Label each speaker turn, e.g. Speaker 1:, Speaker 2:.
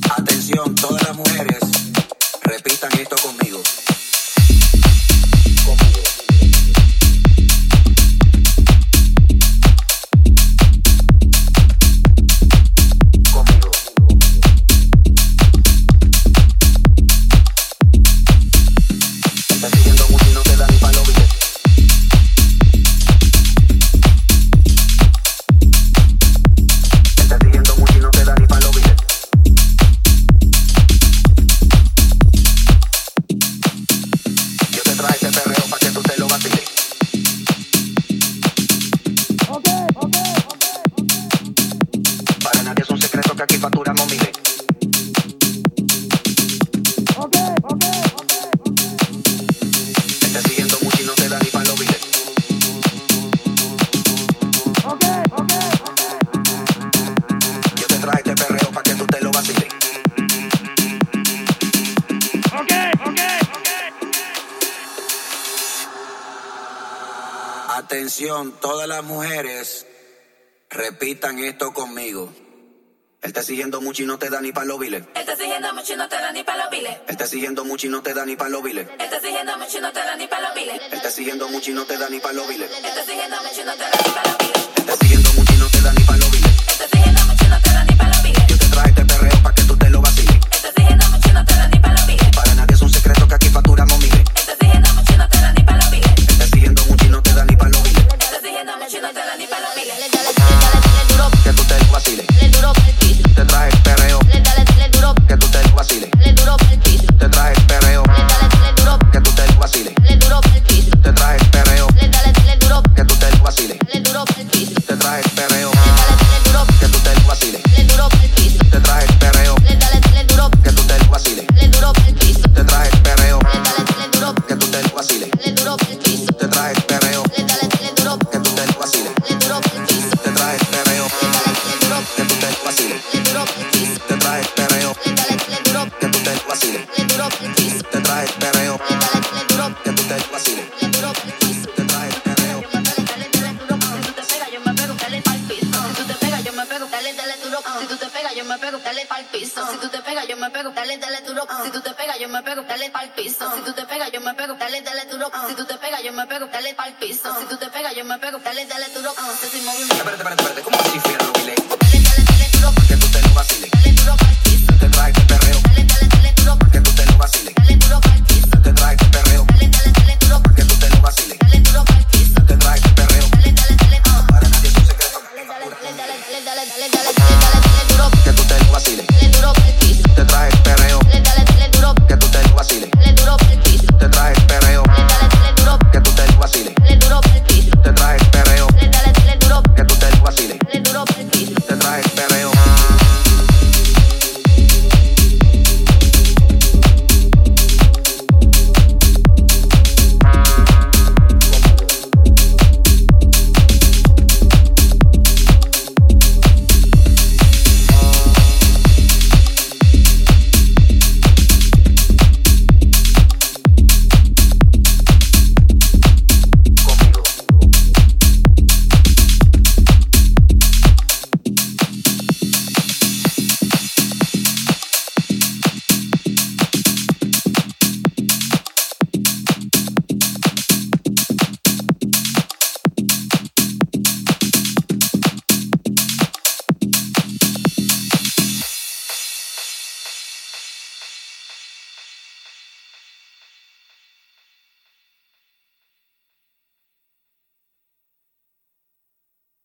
Speaker 1: escucharon todas las mujeres, repitan esto conmigo. Estás pidiendo mucho y no te da ni palo billete. Estás pidiendo mucho y no te da ni palo billete. Yo te traje este perreo para que tú te lo vaciles. Para nadie es un secreto que aquí facturamos miles. Estás pidiendo mucho y Este no te da ni palo billete. Yo te traje este perreo para que tú te lo vaciles. Atención, todas las mujeres, repitan esto conmigo. Él está exigiendo mucho y no te da ni palo bile.
Speaker 2: Está exigiendo mucho y no te da ni para los biles.
Speaker 1: Él está exigiendo mucho y Este no te da ni palo bile. Él
Speaker 2: Está exigiendo mucho y no te da ni para los biles.
Speaker 1: está exigiendo mucho y Este no te da ni palo bile. Él
Speaker 2: Está exigiendo mucho y no te da ni para los biles.
Speaker 1: está exigiendo mucho y Este no te da ni palo bile.
Speaker 2: Está exigiendo mucho y no te da ni para los biles.
Speaker 1: Yo te traje este perreo para que tú te lo vaciles.
Speaker 2: Está exigiendo mucho y no te da ni para los biles.
Speaker 1: Para nadie es un secreto que aquí facturamos miles.
Speaker 2: Está exigiendo mucho y no te da ni para los biles.
Speaker 1: Él está exigiendo mucho y no te da ni palo bile.
Speaker 2: Está exigiendo mucho y no te da ni para los biles.
Speaker 3: Dale, dale, dale, dale duro,
Speaker 1: Que tú te lo vaciles.
Speaker 3: dale duro pa'l piso.
Speaker 1: Te traje el perreo
Speaker 3: Dale, dale, dale duro,
Speaker 1: que tú te lo vaciles.
Speaker 3: dale duro pa'l piso.
Speaker 1: Te traje el perreo
Speaker 3: Dale, dale, dale duro,
Speaker 1: que tú te lo vaciles.
Speaker 3: dale duro pa'l piso.
Speaker 1: Te traje el perreo
Speaker 3: Dale, dale, dale duro,
Speaker 1: que tú te lo vaciles.
Speaker 3: dale duro pa'l piso.
Speaker 1: Te traje el perreo
Speaker 3: Dale, dale, dale duro,
Speaker 1: que tú te lo vaciles.
Speaker 3: dale duro pa'l piso.
Speaker 1: Te traje el perreo
Speaker 3: Dale, dale, dale duro,
Speaker 1: que tú te lo vaciles.
Speaker 3: dale duro pa'l piso.
Speaker 1: Te traje el perreo
Speaker 3: Dale, dale, dale duro,
Speaker 1: que tú te lo vaciles.
Speaker 3: dale duro pa'l piso.
Speaker 1: Te traje el perreo
Speaker 3: Dale, dale, dale duro,
Speaker 1: que tú te lo vaciles.
Speaker 3: dale duro pa'l piso.
Speaker 1: Te traje el perreo
Speaker 3: Dale, dale, dale duro,
Speaker 1: que tú te lo vaciles. Te traje el perreo que tú te lo vaciles. Te
Speaker 3: dale duro pa'l piso. Dale, dale, dale duro, dale duro pa'l piso.
Speaker 1: traje el perreo
Speaker 3: Dale, dale, dale
Speaker 1: que tú te lo vaciles. Te traje el perreo
Speaker 3: duro, dale duro pa'l piso. Dale, dale, dale duro, si tú te pegas yo me pego, dale pa'l piso. Si tú te pegas yo me pego, dale, dale duro, si tú te pegas yo me pego, dale pa'l piso. Si tú te pegas yo me pego, dale, dale duro, si tú te pegas yo me pego, dale pa'l piso. Si tú te pegas yo me pego, dale, dale duro, si tú te pegas yo me
Speaker 1: Espérate,
Speaker 3: pego, dale pa'l piso. Si tú te pegas yo me pego, dale, dale duro, si estoy moviendo,
Speaker 1: espérate, espérate. ¿Cómo así fiel, Willy?
Speaker 3: dale, dale, dale duro.
Speaker 1: Que tú te lo vaciles.